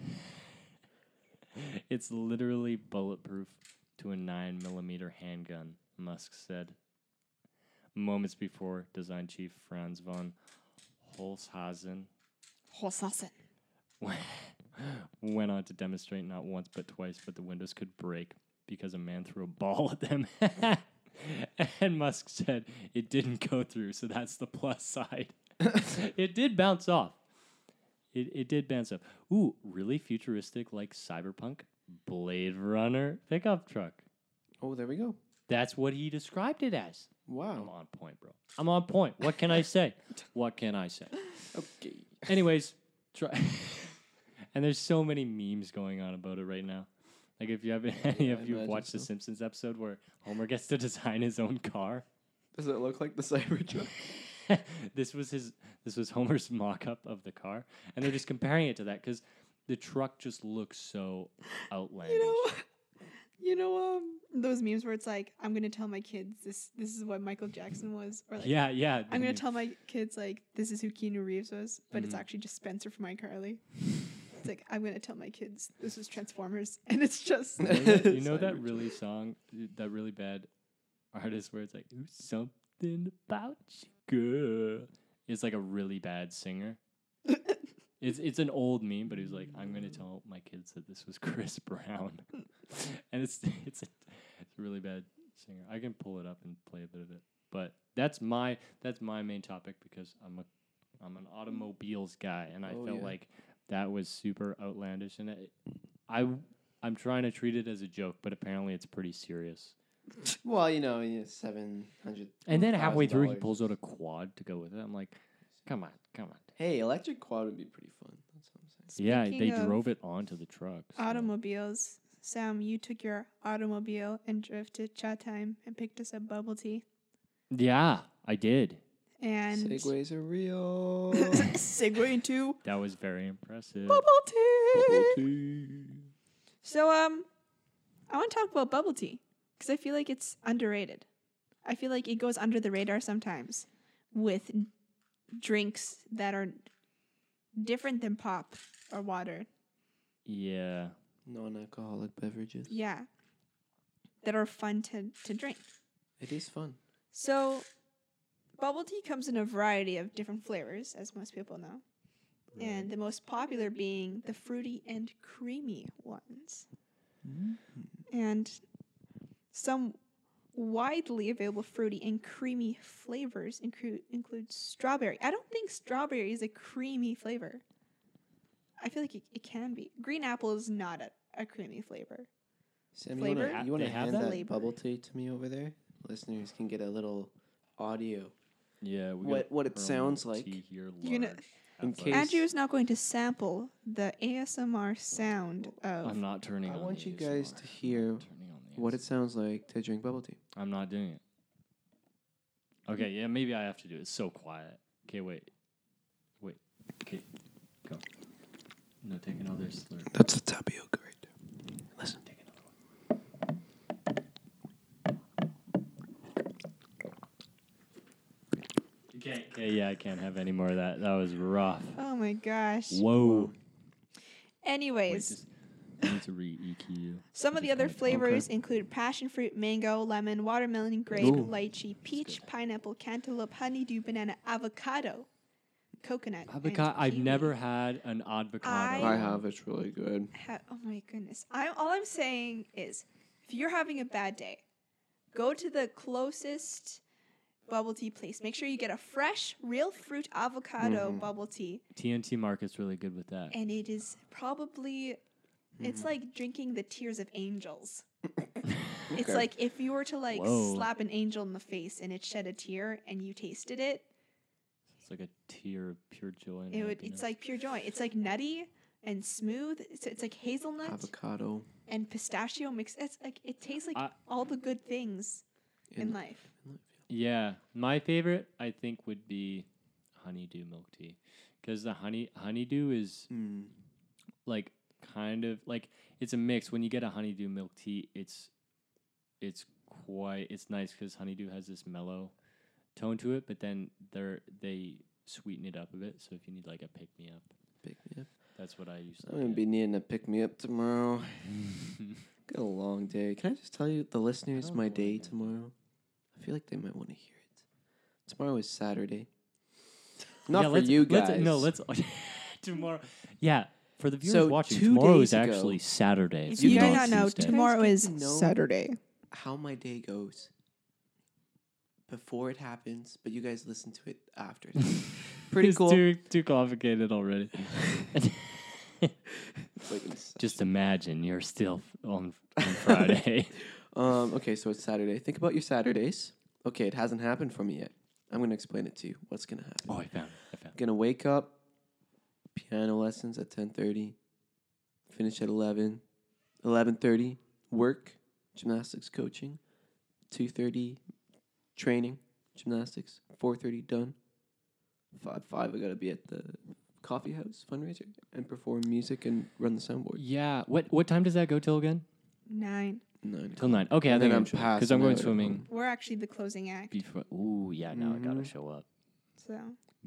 Speaker 4: It's literally bulletproof to a nine millimeter handgun, Musk said. Moments before, design chief Franz von Holzhausen
Speaker 2: whole saucin.
Speaker 4: went on to demonstrate not once but twice but the windows could break because a man threw a ball at them. and Musk said it didn't go through, so that's the plus side. it did bounce off. It, it did bounce off. Ooh, really futuristic like cyberpunk Blade Runner pickup truck.
Speaker 3: Oh, there we go.
Speaker 4: That's what he described it as. I'm
Speaker 3: Wow.
Speaker 4: on point, bro. I'm on point. What can I say? what can I say?
Speaker 3: Okay.
Speaker 4: Anyways, try. and there's so many memes going on about it right now. Like if you haven't, any
Speaker 3: Yeah, I
Speaker 4: of you have
Speaker 3: imagine
Speaker 4: watched the
Speaker 3: so.
Speaker 4: Simpsons episode where Homer gets to design his own car.
Speaker 3: Does it look like the Cybertruck?
Speaker 4: this was his. This was Homer's mock-up of the car, and they're just comparing it to that because the truck just looks so outlandish.
Speaker 2: You know, you know, um, those memes where it's like, I'm gonna tell my kids this. This is what Michael Jackson was, or like,
Speaker 4: yeah, yeah.
Speaker 2: I'm
Speaker 4: the-
Speaker 2: gonna tell my kids like, this is who Keanu Reeves was, but it's
Speaker 4: Mhm.
Speaker 2: actually just Spencer from iCarly. it's like I'm gonna tell my kids this was Transformers, and it's just
Speaker 4: You know that- you know that
Speaker 3: Cybertruck.
Speaker 4: really song, that really bad artist where it's like "Ooh, something about you, girl. It's like a really bad singer. it's it's an old meme, but he's like, I'm gonna tell my kids that this was Chris Brown, and it's it's a, it's a really bad singer. I can pull it up and play a bit of it, but that's my that's my main topic because I'm a I'm an automobiles guy, and I
Speaker 3: Oh,
Speaker 4: felt
Speaker 3: yeah.
Speaker 4: like that was super outlandish, and it, I I'm trying to treat it as a joke, but apparently it's pretty serious.
Speaker 3: Well, you know, yeah, seven hundred.
Speaker 4: And then halfway through, he
Speaker 3: $1,000.
Speaker 4: pulls out a quad to go with it. I'm like, come on, come on.
Speaker 3: Hey, electric quad would be pretty fun. That's what I'm saying.
Speaker 4: yeah, they
Speaker 2: Speaking of
Speaker 4: drove it onto the truck. so-
Speaker 2: automobiles. Sam, you took your automobile and drove to Chatham and picked us up bubble tea.
Speaker 4: Yeah, I did.
Speaker 2: And
Speaker 3: Segways are real.
Speaker 2: segue into
Speaker 4: That was very impressive.
Speaker 2: bubble tea.
Speaker 3: tea.
Speaker 2: So um, I want to talk about bubble tea because I feel like it's underrated. I feel like it goes under the radar sometimes with drinks that are different than pop or water.
Speaker 4: Yeah.
Speaker 3: Non-alcoholic beverages.
Speaker 2: Yeah, that are fun to to drink.
Speaker 3: It is fun.
Speaker 2: So, bubble tea comes in a variety of different flavors, as most people know, and the most popular being the fruity and creamy ones. And some widely available fruity and creamy flavors include include strawberry. I don't think strawberry is a creamy flavor. I feel like it, it can be. Green apple is not a, a creamy flavor.
Speaker 3: Sam, you
Speaker 2: Flavor?
Speaker 3: wanna, you wanna
Speaker 4: They have
Speaker 3: hand
Speaker 2: that?
Speaker 3: that
Speaker 2: Flavor.
Speaker 3: bubble tea to me over there? Listeners can get a little audio.
Speaker 4: Yeah. We
Speaker 3: What-
Speaker 4: got
Speaker 3: what it
Speaker 4: Perlman
Speaker 3: sounds like.
Speaker 4: tea Here, large,
Speaker 2: You're gonna-
Speaker 3: In
Speaker 4: athletic.
Speaker 3: case-
Speaker 2: Andrew is not going to sample the ASMR sound of
Speaker 4: I'm not turning
Speaker 3: I
Speaker 4: on
Speaker 3: want
Speaker 4: the
Speaker 3: you guys
Speaker 4: ASMR.
Speaker 3: to hear
Speaker 4: I'm not turning on the
Speaker 3: What it
Speaker 4: ASMR.
Speaker 3: sounds like to drink bubble tea.
Speaker 4: I'm not doing it. Okay, yeah, maybe I have to do it. It's so quiet. Okay, wait. Wait. Okay, go. No, take another slurp.
Speaker 3: That's the tapioca right there. Listen.
Speaker 4: Take another one. Okay, okay, yeah, I can't have any more of that. That was rough.
Speaker 2: Oh my gosh.
Speaker 4: Whoa. Wait,
Speaker 2: Anyways,
Speaker 4: just, I need to re EQ.
Speaker 2: some of
Speaker 4: just
Speaker 2: the other
Speaker 4: kinda- okay.
Speaker 2: flavors include passion fruit, mango, lemon, watermelon, grape,
Speaker 3: Ooh.
Speaker 2: lychee, peach, pineapple, cantaloupe, honeydew, banana, avocado, coconut. and
Speaker 4: Avocado. I've
Speaker 2: kiwi.
Speaker 4: never had an avocado.
Speaker 2: I-
Speaker 3: I have. It's really good.
Speaker 2: Ha- oh my goodness. I'm all I'm saying is if you're having a bad day, go to the closest bubble tea place. Make sure you get a fresh, real fruit avocado
Speaker 4: Mm-hmm.
Speaker 3: Mhm.
Speaker 2: bubble tea
Speaker 4: TNT market's really good with that.
Speaker 2: and it is probably
Speaker 3: Mm-hmm.
Speaker 2: it's like drinking the tears of angels. It's
Speaker 3: Okay.
Speaker 2: like if you were to like
Speaker 4: Whoa.
Speaker 2: slap an angel in the face and it shed a tear and you tasted it,
Speaker 4: It's like a tear of pure joy. and
Speaker 2: It would.
Speaker 4: happiness.
Speaker 2: It's like pure joy. It's like nutty and smooth. It's, it's like hazelnut
Speaker 3: Avocado
Speaker 2: and pistachio mix. It's like it tastes like
Speaker 4: I-
Speaker 2: all the good things in
Speaker 3: in
Speaker 2: life.
Speaker 4: Yeah, my favorite I think would be honeydew milk tea because the honey honeydew is
Speaker 3: Mm.
Speaker 4: like kind of like it's a mix. When you get a honeydew milk tea, it's it's quite it's nice because honeydew has this mellow tone to it, but then they're they sweeten it up a bit. So if you need like a pick me up,
Speaker 3: Pick me up.
Speaker 4: that's what I used to.
Speaker 3: I'm gonna
Speaker 4: get.
Speaker 3: be needing to pick me up tomorrow. Got a long day. Can I just tell you, the listeners,
Speaker 4: don't
Speaker 3: my
Speaker 4: know what
Speaker 3: day
Speaker 4: I'm gonna
Speaker 3: tomorrow? I feel like they might want to hear it. Tomorrow is Saturday.
Speaker 4: Yeah,
Speaker 3: Not for
Speaker 4: let's-
Speaker 3: you
Speaker 4: let's-
Speaker 3: guys.
Speaker 4: no, let's tomorrow. Yeah, for the viewers
Speaker 3: So
Speaker 4: watching,
Speaker 3: two
Speaker 4: tomorrow
Speaker 3: days
Speaker 4: is actually
Speaker 3: ago-
Speaker 4: Saturday.
Speaker 2: If
Speaker 4: It's
Speaker 3: you
Speaker 2: you,
Speaker 3: guys
Speaker 2: do not
Speaker 4: not
Speaker 2: know,
Speaker 4: Tuesday.
Speaker 2: tomorrow
Speaker 3: Guys
Speaker 2: is
Speaker 3: didn't know.
Speaker 2: Saturday.
Speaker 3: How my day goes before it happens, but you guys listen to it after. It's Pretty
Speaker 4: It's
Speaker 3: cool.
Speaker 4: Too too complicated already.
Speaker 3: It's like it's-
Speaker 4: Just imagine you're still f- on, on Friday.
Speaker 3: um, okay, so it's Saturday. Think about your Saturdays. Okay, it hasn't happened for me yet. I'm gonna explain it to you. What's gonna happen?
Speaker 4: oh, I found. It, I found. It.
Speaker 3: gonna wake up piano lessons at 10.30 finish at 11 11.30 work gymnastics coaching 2.30 training gymnastics 4.30 done 5 5 i gotta be at the coffee house fundraiser and perform music and run the soundboard
Speaker 4: Yeah. What what time does that go till again?
Speaker 2: Nine.
Speaker 3: nine
Speaker 4: Till nine. Okay, I
Speaker 3: And then
Speaker 4: think
Speaker 3: I'm
Speaker 4: I'm because
Speaker 3: passing
Speaker 4: I'm going
Speaker 3: out at
Speaker 4: swimming
Speaker 3: home.
Speaker 2: We're actually the closing act.
Speaker 4: before. Ooh, yeah. Now I
Speaker 2: Mm-hmm.
Speaker 4: gotta
Speaker 3: Mhm.
Speaker 4: show up.
Speaker 2: So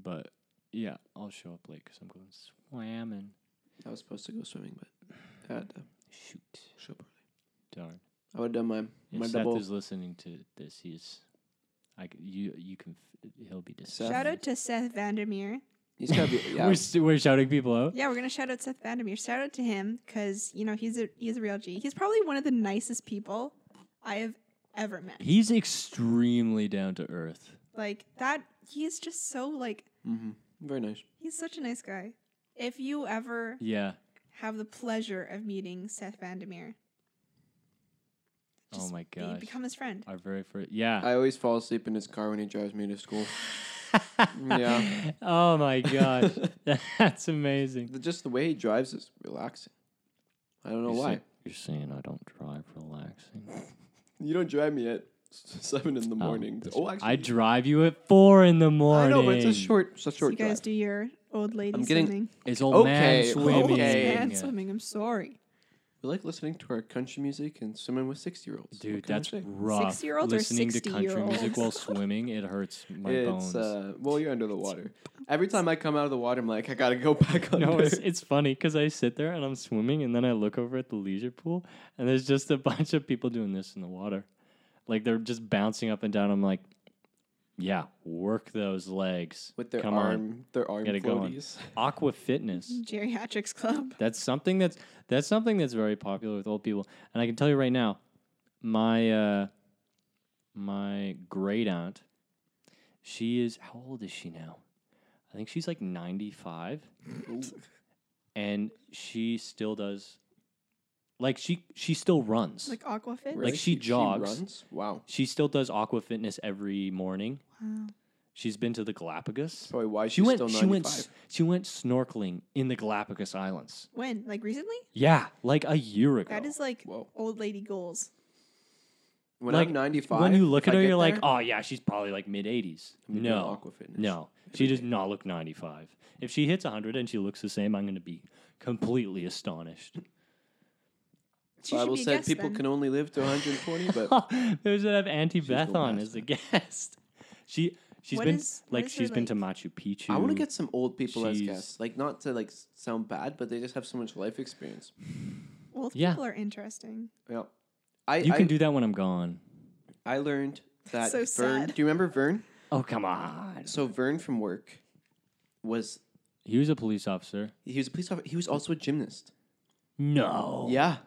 Speaker 4: But yeah, I'll show up late because I'm going swimming.
Speaker 3: i was supposed to go swimming but i had to
Speaker 4: Shoot.
Speaker 3: show up early.
Speaker 4: Darn.
Speaker 3: i would have done my,
Speaker 4: If
Speaker 3: my
Speaker 4: Seth
Speaker 3: double
Speaker 4: is listening to this, he's. I c- you you can f- he'll be
Speaker 3: Seth.
Speaker 4: disgusted.
Speaker 2: shout out to Seth Vandermeer.
Speaker 3: he's gotta be yeah
Speaker 4: We're st- we're shouting people out.
Speaker 2: Yeah, we're gonna shout out Seth Vandermeer. Shout out to him because you know he's a he's a real G. He's probably one of the nicest people I have ever met.
Speaker 4: He's extremely down to earth.
Speaker 2: Like that, he is just so like
Speaker 3: mm-hmm. very nice
Speaker 2: he's such a nice guy. If you ever
Speaker 4: Yeah.
Speaker 2: have the pleasure of meeting Seth Vandermeer,
Speaker 4: oh
Speaker 2: Just
Speaker 4: my
Speaker 2: be,
Speaker 4: gosh.
Speaker 2: become his friend.
Speaker 4: Our very first. Yeah.
Speaker 3: I always fall asleep in his car when he drives me to school. yeah.
Speaker 4: Oh my gosh. That's amazing.
Speaker 3: The- Just the way he drives is relaxing. I don't know why.
Speaker 4: you're saying I don't drive relaxing.
Speaker 3: You don't drive me at s- seven in the morning.
Speaker 4: that's
Speaker 3: Oh,
Speaker 4: right.
Speaker 3: actually,
Speaker 4: I drive you at four in the
Speaker 3: I
Speaker 4: morning.
Speaker 3: know, but it's a short, it's a
Speaker 2: So
Speaker 3: short
Speaker 2: you guys
Speaker 3: drive.
Speaker 2: do your old lady
Speaker 3: I'm getting-
Speaker 2: swimming.
Speaker 4: It's old man
Speaker 3: Okay,
Speaker 4: swimming.
Speaker 2: Old
Speaker 3: okay.
Speaker 2: man swimming. I'm sorry.
Speaker 3: We like listening to our country music and swimming with six-year-olds. What
Speaker 4: Dude,
Speaker 3: can I
Speaker 4: that's
Speaker 3: say?
Speaker 4: rough.
Speaker 2: Six-year-olds or
Speaker 4: Listening to country music
Speaker 2: 60-year-olds?
Speaker 4: while swimming, it hurts my
Speaker 3: it's
Speaker 4: bones.
Speaker 3: uh, well, you're under the water. Every time I come out of the water, I'm like, I gotta go back under.
Speaker 4: No, it's, it's funny because I sit there and I'm swimming, and then I look over at the leisure pool, and there's just a bunch of people doing this in the water. Like they're just bouncing up and down. I'm like, yeah, work those legs.
Speaker 3: with their
Speaker 4: Come
Speaker 3: arm, their arm
Speaker 4: Get it going.
Speaker 3: floaties.
Speaker 4: on. Aqua fitness.
Speaker 2: Geriatrics club.
Speaker 4: That's something that's that's something that's very popular with old people. And I can tell you right now, my uh my great aunt, she is how old is she now? I think she's like 95 and she still does like she she still runs.
Speaker 2: Like Aquafit.
Speaker 3: Really?
Speaker 4: she jogs.
Speaker 3: runs? Wow.
Speaker 4: she still does aqua fitness every morning.
Speaker 2: Wow.
Speaker 4: She's been to the Galapagos.
Speaker 3: Probably why
Speaker 4: she
Speaker 3: Oh, she's
Speaker 4: went
Speaker 3: still
Speaker 4: she went
Speaker 3: 95.
Speaker 4: s- she went snorkeling in the Galapagos Islands.
Speaker 2: When? Like recently?
Speaker 4: Yeah, like a year ago.
Speaker 2: That is like
Speaker 3: Whoa.
Speaker 2: old lady goals.
Speaker 3: When
Speaker 4: like,
Speaker 3: I'm 95,
Speaker 4: When you
Speaker 3: if
Speaker 4: look at
Speaker 3: I
Speaker 4: her,
Speaker 3: get
Speaker 4: you're like,
Speaker 3: there,
Speaker 4: oh yeah, she's probably like mid 80s.
Speaker 3: I'm gonna do
Speaker 4: No,
Speaker 3: aqua fitness.
Speaker 4: no, she does not look 95. If she hits 100 and she looks the same, I'm going to be completely astonished.
Speaker 2: She should
Speaker 3: Bible
Speaker 2: be a
Speaker 3: said
Speaker 2: guest
Speaker 3: people
Speaker 2: then.
Speaker 3: can only live to 120, but
Speaker 4: they should have Auntie Beth
Speaker 3: go
Speaker 4: on
Speaker 3: past
Speaker 4: as a guest. She she's
Speaker 2: What
Speaker 4: been
Speaker 2: is- what
Speaker 4: like
Speaker 2: is her
Speaker 4: she's been
Speaker 2: like-
Speaker 4: to Machu Picchu.
Speaker 3: I want to get some old people as
Speaker 4: She's-
Speaker 3: guests. Like, not to like s- sound bad, but they just have so much life experience.
Speaker 2: Old
Speaker 4: Yeah.
Speaker 2: people are interesting.
Speaker 3: Yeah, I
Speaker 4: You
Speaker 3: I,
Speaker 4: can do that when I'm gone.
Speaker 3: I learned that
Speaker 2: So
Speaker 3: Vern.
Speaker 2: sad.
Speaker 3: Do you remember Vern?
Speaker 4: Oh come on.
Speaker 3: So Vern from work was
Speaker 4: He was a police officer.
Speaker 3: he was a police officer. He was also a gymnast.
Speaker 4: No.
Speaker 3: Yeah,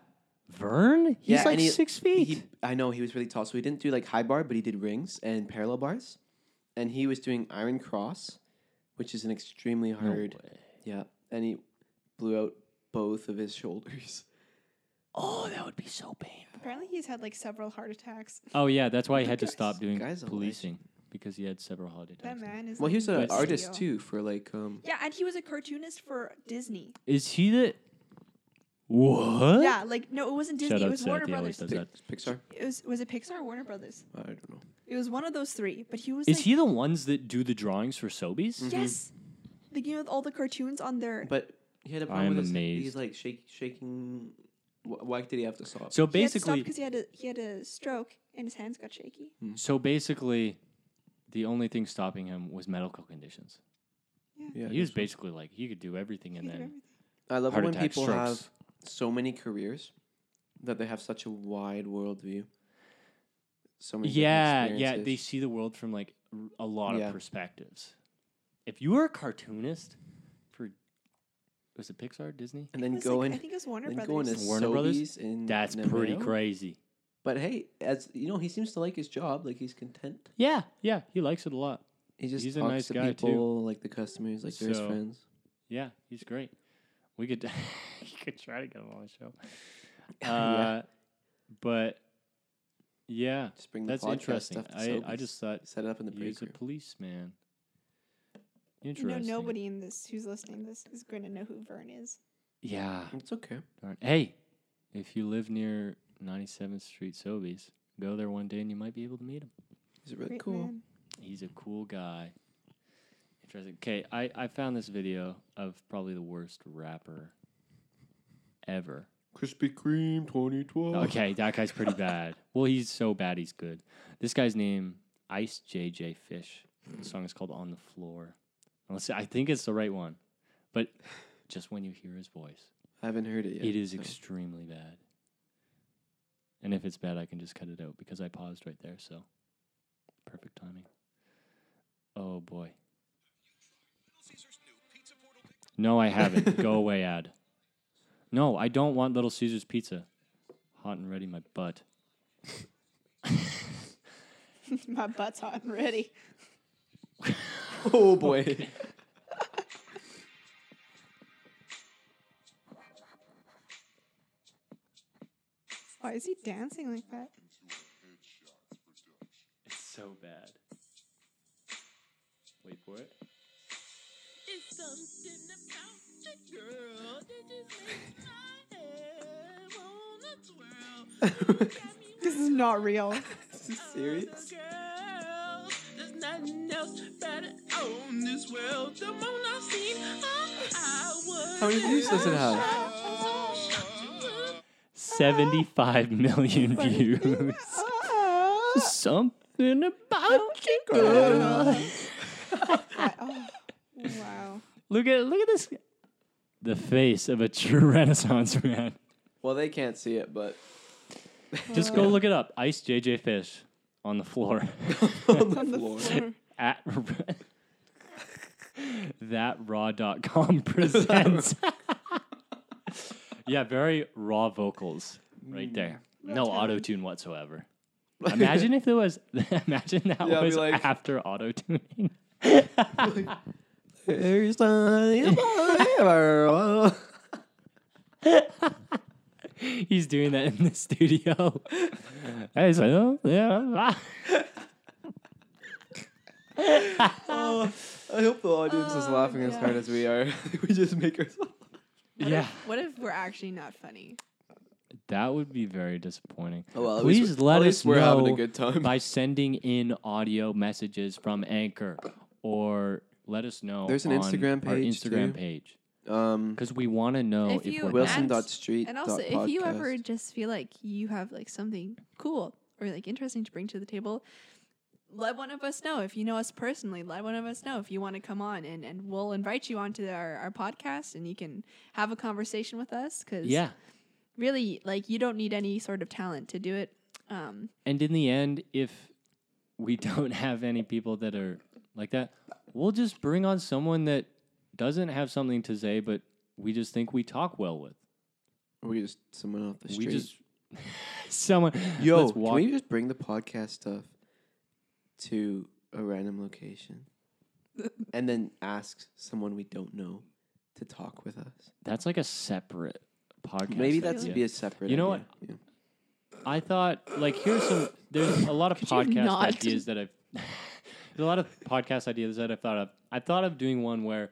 Speaker 4: Vern? Oh. He's
Speaker 3: yeah, and
Speaker 4: like
Speaker 3: he-
Speaker 4: six feet.
Speaker 3: He, I know he was really tall, so he didn't do like high bar, but he did rings and parallel bars, and he was doing iron cross, which is an extremely
Speaker 4: No
Speaker 3: hard.
Speaker 4: way.
Speaker 3: yeah, and he blew out both of his shoulders.
Speaker 4: Oh, that would be so painful.
Speaker 2: Apparently, he's had like several heart attacks.
Speaker 4: Oh yeah, that's why he had to
Speaker 3: Guys-
Speaker 4: stop doing
Speaker 3: guys are
Speaker 4: policing. because he had several holiday
Speaker 2: That
Speaker 4: types.
Speaker 2: man is.
Speaker 3: Well, he was an
Speaker 4: But-
Speaker 3: artist
Speaker 2: CEO.
Speaker 3: too for like um.
Speaker 2: Yeah, and he was a cartoonist for Disney.
Speaker 4: Is he the what?
Speaker 2: Yeah, like no, it wasn't Disney.
Speaker 4: Shout
Speaker 2: it
Speaker 4: out
Speaker 2: was
Speaker 4: Seth.
Speaker 2: Warner
Speaker 4: He always
Speaker 2: Brothers.
Speaker 4: does
Speaker 3: Pi-
Speaker 4: that.
Speaker 3: Pixar.
Speaker 2: It was was it Pixar or Warner Brothers?
Speaker 3: I don't know.
Speaker 2: It was one of those three. But he was.
Speaker 4: Is
Speaker 2: like,
Speaker 4: he the ones that do the drawings for Sobeys?
Speaker 3: Mm.
Speaker 2: Yes.
Speaker 4: Mm-hmm.
Speaker 2: The you know all the cartoons on their.
Speaker 3: But he had a
Speaker 4: I
Speaker 3: problem
Speaker 4: am
Speaker 3: with his,
Speaker 4: amazed.
Speaker 3: he's like shake, shaking. Wh- why did he have to stop?
Speaker 4: So
Speaker 2: he had to stop
Speaker 4: basically,
Speaker 2: because he had a he had a stroke and his hands got shaky.
Speaker 4: so basically, the only thing stopping him was medical conditions.
Speaker 3: yeah,
Speaker 4: he was basically like he could do everything, and
Speaker 2: He did
Speaker 4: then
Speaker 2: everything.
Speaker 3: I love it
Speaker 4: heart
Speaker 3: when
Speaker 4: attack,
Speaker 3: people
Speaker 4: strokes.
Speaker 3: have so many careers that they have such a wide worldview. So many. different
Speaker 4: yeah, yeah, they
Speaker 3: experiences.
Speaker 4: see the world from like r- a lot
Speaker 3: Yeah.
Speaker 4: of perspectives. If you were a cartoonist for was it Pixar, Disney?
Speaker 3: and
Speaker 2: It
Speaker 3: then
Speaker 2: was
Speaker 3: go
Speaker 2: like-
Speaker 3: in.
Speaker 2: I think it was Warner
Speaker 3: then go
Speaker 2: Brothers.
Speaker 3: into
Speaker 4: Warner Brothers?
Speaker 3: Sobeys in
Speaker 4: That's
Speaker 3: Nevada.
Speaker 4: pretty crazy.
Speaker 3: But hey, as you know, he seems to like his job. Like he's content.
Speaker 4: Yeah, yeah, he likes it a lot.
Speaker 3: He just
Speaker 4: He's a
Speaker 3: talks
Speaker 4: nice
Speaker 3: to
Speaker 4: guy, too.
Speaker 3: people, like the customers, like they're his
Speaker 4: So-
Speaker 3: friends.
Speaker 4: Yeah, he's great. We could you could try to get him on the show. Uh,
Speaker 3: Yeah.
Speaker 4: But yeah,
Speaker 3: Just bring the
Speaker 4: that's
Speaker 3: podcast
Speaker 4: interesting.
Speaker 3: stuff to
Speaker 4: I, I
Speaker 3: Sobeys.
Speaker 4: just thought
Speaker 3: set it up in the break
Speaker 4: he's a
Speaker 3: room.
Speaker 4: policeman.
Speaker 2: You know,
Speaker 4: Interesting.
Speaker 2: nobody in this who's listening to this is going to know who Vern is.
Speaker 4: Yeah.
Speaker 3: It's okay.
Speaker 4: Darn. Hey, if you live near 97th Street Sobeys, go there one day and you might be able to meet him.
Speaker 3: He's really
Speaker 2: Great
Speaker 3: cool.
Speaker 2: man.
Speaker 4: He's a cool guy. Interesting. Okay, I, I found this video of probably the worst rapper ever.
Speaker 3: Krispy Kreme 2012.
Speaker 4: Okay, that guy's pretty bad. Well, he's so bad, he's good. This guy's name Ice JJ Fish. The song is called "On the Floor." Let's see, I think it's the right one, but just when you hear his voice,
Speaker 3: I haven't heard it yet.
Speaker 4: it is
Speaker 3: so-
Speaker 4: extremely bad. And if it's bad, I can just cut it out because I paused right there. So perfect timing. Oh boy. No, I haven't. Go away, ad. No, I don't want Little Caesars pizza. Hot and ready, my butt.
Speaker 2: My butt's hot and ready.
Speaker 3: Oh boy.
Speaker 2: Why is he dancing like that?
Speaker 4: It's so bad. Wait for it.
Speaker 5: It's something about the girl that just makes my head wanna twirl. Got me
Speaker 2: This is not real.
Speaker 3: this is
Speaker 5: with other
Speaker 3: serious.
Speaker 5: girls. There's nothing else better on this world. The more I've seen, I, I was.
Speaker 3: How many views does it have?
Speaker 5: I'm so shocked you would
Speaker 4: 75 million views. Something about you, girl.
Speaker 2: oh, wow.
Speaker 4: Look at look at this. The face of a true Renaissance man.
Speaker 3: Well, they can't see it, but
Speaker 4: Just go look it up. Ice JJ Fish on the floor
Speaker 3: on the
Speaker 2: On the
Speaker 3: floor.
Speaker 2: floor.
Speaker 4: at that raw.com presents. yeah, very raw vocals right there. No auto tune whatsoever. Imagine if there was. Imagine that
Speaker 3: Yeah, I'd be
Speaker 4: was
Speaker 3: like-
Speaker 4: after auto tuning.
Speaker 3: There's nothing about the world.
Speaker 4: He's doing that in the studio. Hey, so, yeah.
Speaker 3: I hope the audience
Speaker 2: Oh,
Speaker 3: is laughing as hard as we are. we just make ourselves.
Speaker 4: yeah.
Speaker 2: What if we're actually not funny?
Speaker 4: That would be very disappointing.
Speaker 3: Oh, well, at least
Speaker 4: Please
Speaker 3: we-
Speaker 4: let
Speaker 3: at
Speaker 4: us
Speaker 3: least we're
Speaker 4: know
Speaker 3: having a good time.
Speaker 4: by sending in audio messages from Anchor, or let us know.
Speaker 3: There's an
Speaker 4: on
Speaker 3: Instagram
Speaker 4: our
Speaker 3: page,
Speaker 4: Instagram
Speaker 3: too.
Speaker 4: page
Speaker 3: Um,
Speaker 4: because we want to know
Speaker 2: If
Speaker 4: if,
Speaker 2: you
Speaker 4: we're
Speaker 3: Wilson
Speaker 2: add-
Speaker 4: bad.
Speaker 3: dot street.
Speaker 2: And also,
Speaker 3: dot
Speaker 2: if you
Speaker 3: podcast.
Speaker 2: ever just feel like you have like something cool or like interesting to bring to the table, let one of us know. If you know us personally, let one of us know if you want to come on and, and we'll invite you onto our, our podcast and you can have a conversation with us because
Speaker 4: yeah.
Speaker 2: really like you don't need any sort of talent to do it. Um,
Speaker 4: And in the end, if we don't have any people that are like that, we'll just bring on someone that doesn't have something to say, but we just think we talk well with.
Speaker 3: we just someone off the street.
Speaker 4: We just someone.
Speaker 3: Yo,
Speaker 4: let's
Speaker 3: can
Speaker 4: walk-
Speaker 3: we just bring the podcast stuff to a random location and then ask someone we don't know to talk with us?
Speaker 4: that's like a separate podcast.
Speaker 3: Maybe that's
Speaker 4: idea.
Speaker 3: be a separate.
Speaker 4: You know
Speaker 3: idea. Yeah.
Speaker 4: I thought like here's some there's a lot of
Speaker 2: you
Speaker 4: podcast
Speaker 2: not?
Speaker 4: ideas that I've There's a lot of podcast ideas that I've thought of. I thought of doing one where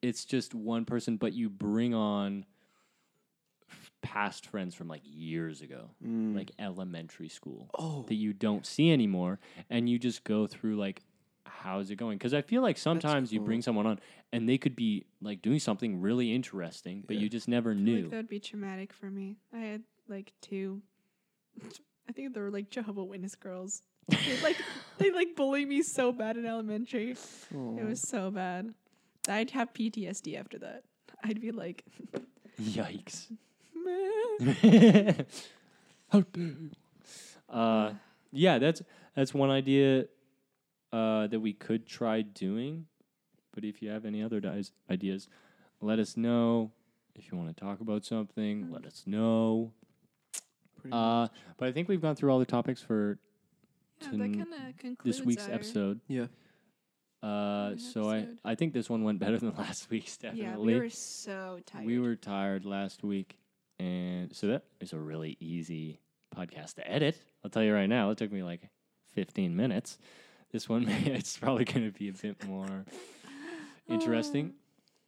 Speaker 4: it's just one person, but you bring on f- past friends from like years ago,
Speaker 3: Mm.
Speaker 4: like elementary school,
Speaker 3: Oh.
Speaker 4: that you don't see anymore, and you just go through like, how's it going? Because I feel like sometimes you bring someone on and they could be like doing something really interesting, but you just never
Speaker 2: I feel like
Speaker 4: knew.
Speaker 2: that would be traumatic for me. I had like two. I think they were like Jehovah Witness girls. They like they like bullied me so bad in elementary. It was so bad. I'd have PTSD after that. I'd be like,
Speaker 4: Yikes.
Speaker 2: "Meh."
Speaker 4: How dare you? Uh, yeah, that's that's one idea uh, that we could try doing. But if you have any other dies, ideas, let us know. If you want to talk about something, let us know. Uh, but I think we've gone through all the topics for
Speaker 2: yeah, that
Speaker 4: Ton-
Speaker 2: kind of concludes
Speaker 4: this week's
Speaker 2: our-
Speaker 4: episode.
Speaker 3: Yeah.
Speaker 4: Uh, so I,
Speaker 2: episode.
Speaker 4: I think this one went better than last week's. Definitely,
Speaker 2: Yeah, we were so tired.
Speaker 4: we were tired last week, and so that is a really easy podcast to edit. I'll tell you right now, it took me like 15 minutes. This one, it's probably going to be a bit more interesting,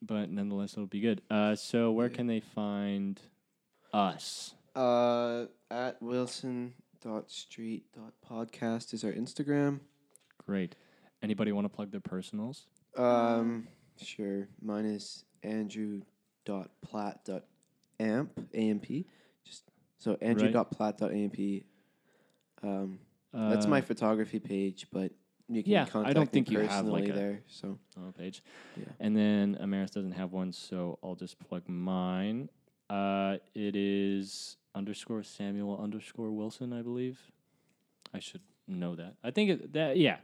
Speaker 4: but nonetheless, it'll be good. Uh, so, where can they find us?
Speaker 3: Uh, at Wilson dot street dot podcast is our Instagram.
Speaker 4: Great. Anybody want to plug their personals?
Speaker 3: Um, sure. Mine is Andrew dot Platt dot amp amp. Just so Andrew
Speaker 4: Right.
Speaker 3: dot Platt dot amp. Um, that's my
Speaker 4: Uh,
Speaker 3: photography page, but you can
Speaker 4: Yeah, I
Speaker 3: contact
Speaker 4: don't
Speaker 3: me
Speaker 4: think you
Speaker 3: personally
Speaker 4: have, like, a-
Speaker 3: there. So
Speaker 4: on the page.
Speaker 3: Yeah.
Speaker 4: And then Amaris doesn't have one, so I'll just plug mine. Uh, it is underscore Samuel underscore Wilson, I believe. I should know that. I think it, that yeah,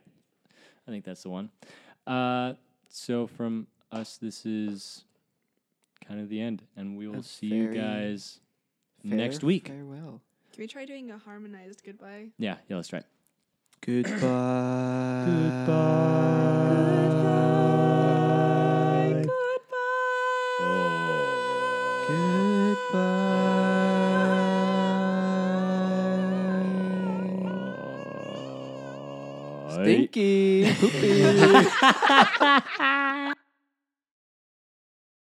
Speaker 4: I think that's the one. Uh, so from us, this is kind of the end, and we will
Speaker 3: A
Speaker 4: see you
Speaker 3: very
Speaker 4: guys next
Speaker 3: Fare-
Speaker 4: week.
Speaker 3: Farewell.
Speaker 2: Can we try doing a harmonized goodbye?
Speaker 4: Yeah, yeah, that's right.
Speaker 3: Goodbye.
Speaker 2: Goodbye.
Speaker 3: Stinky. Poopy.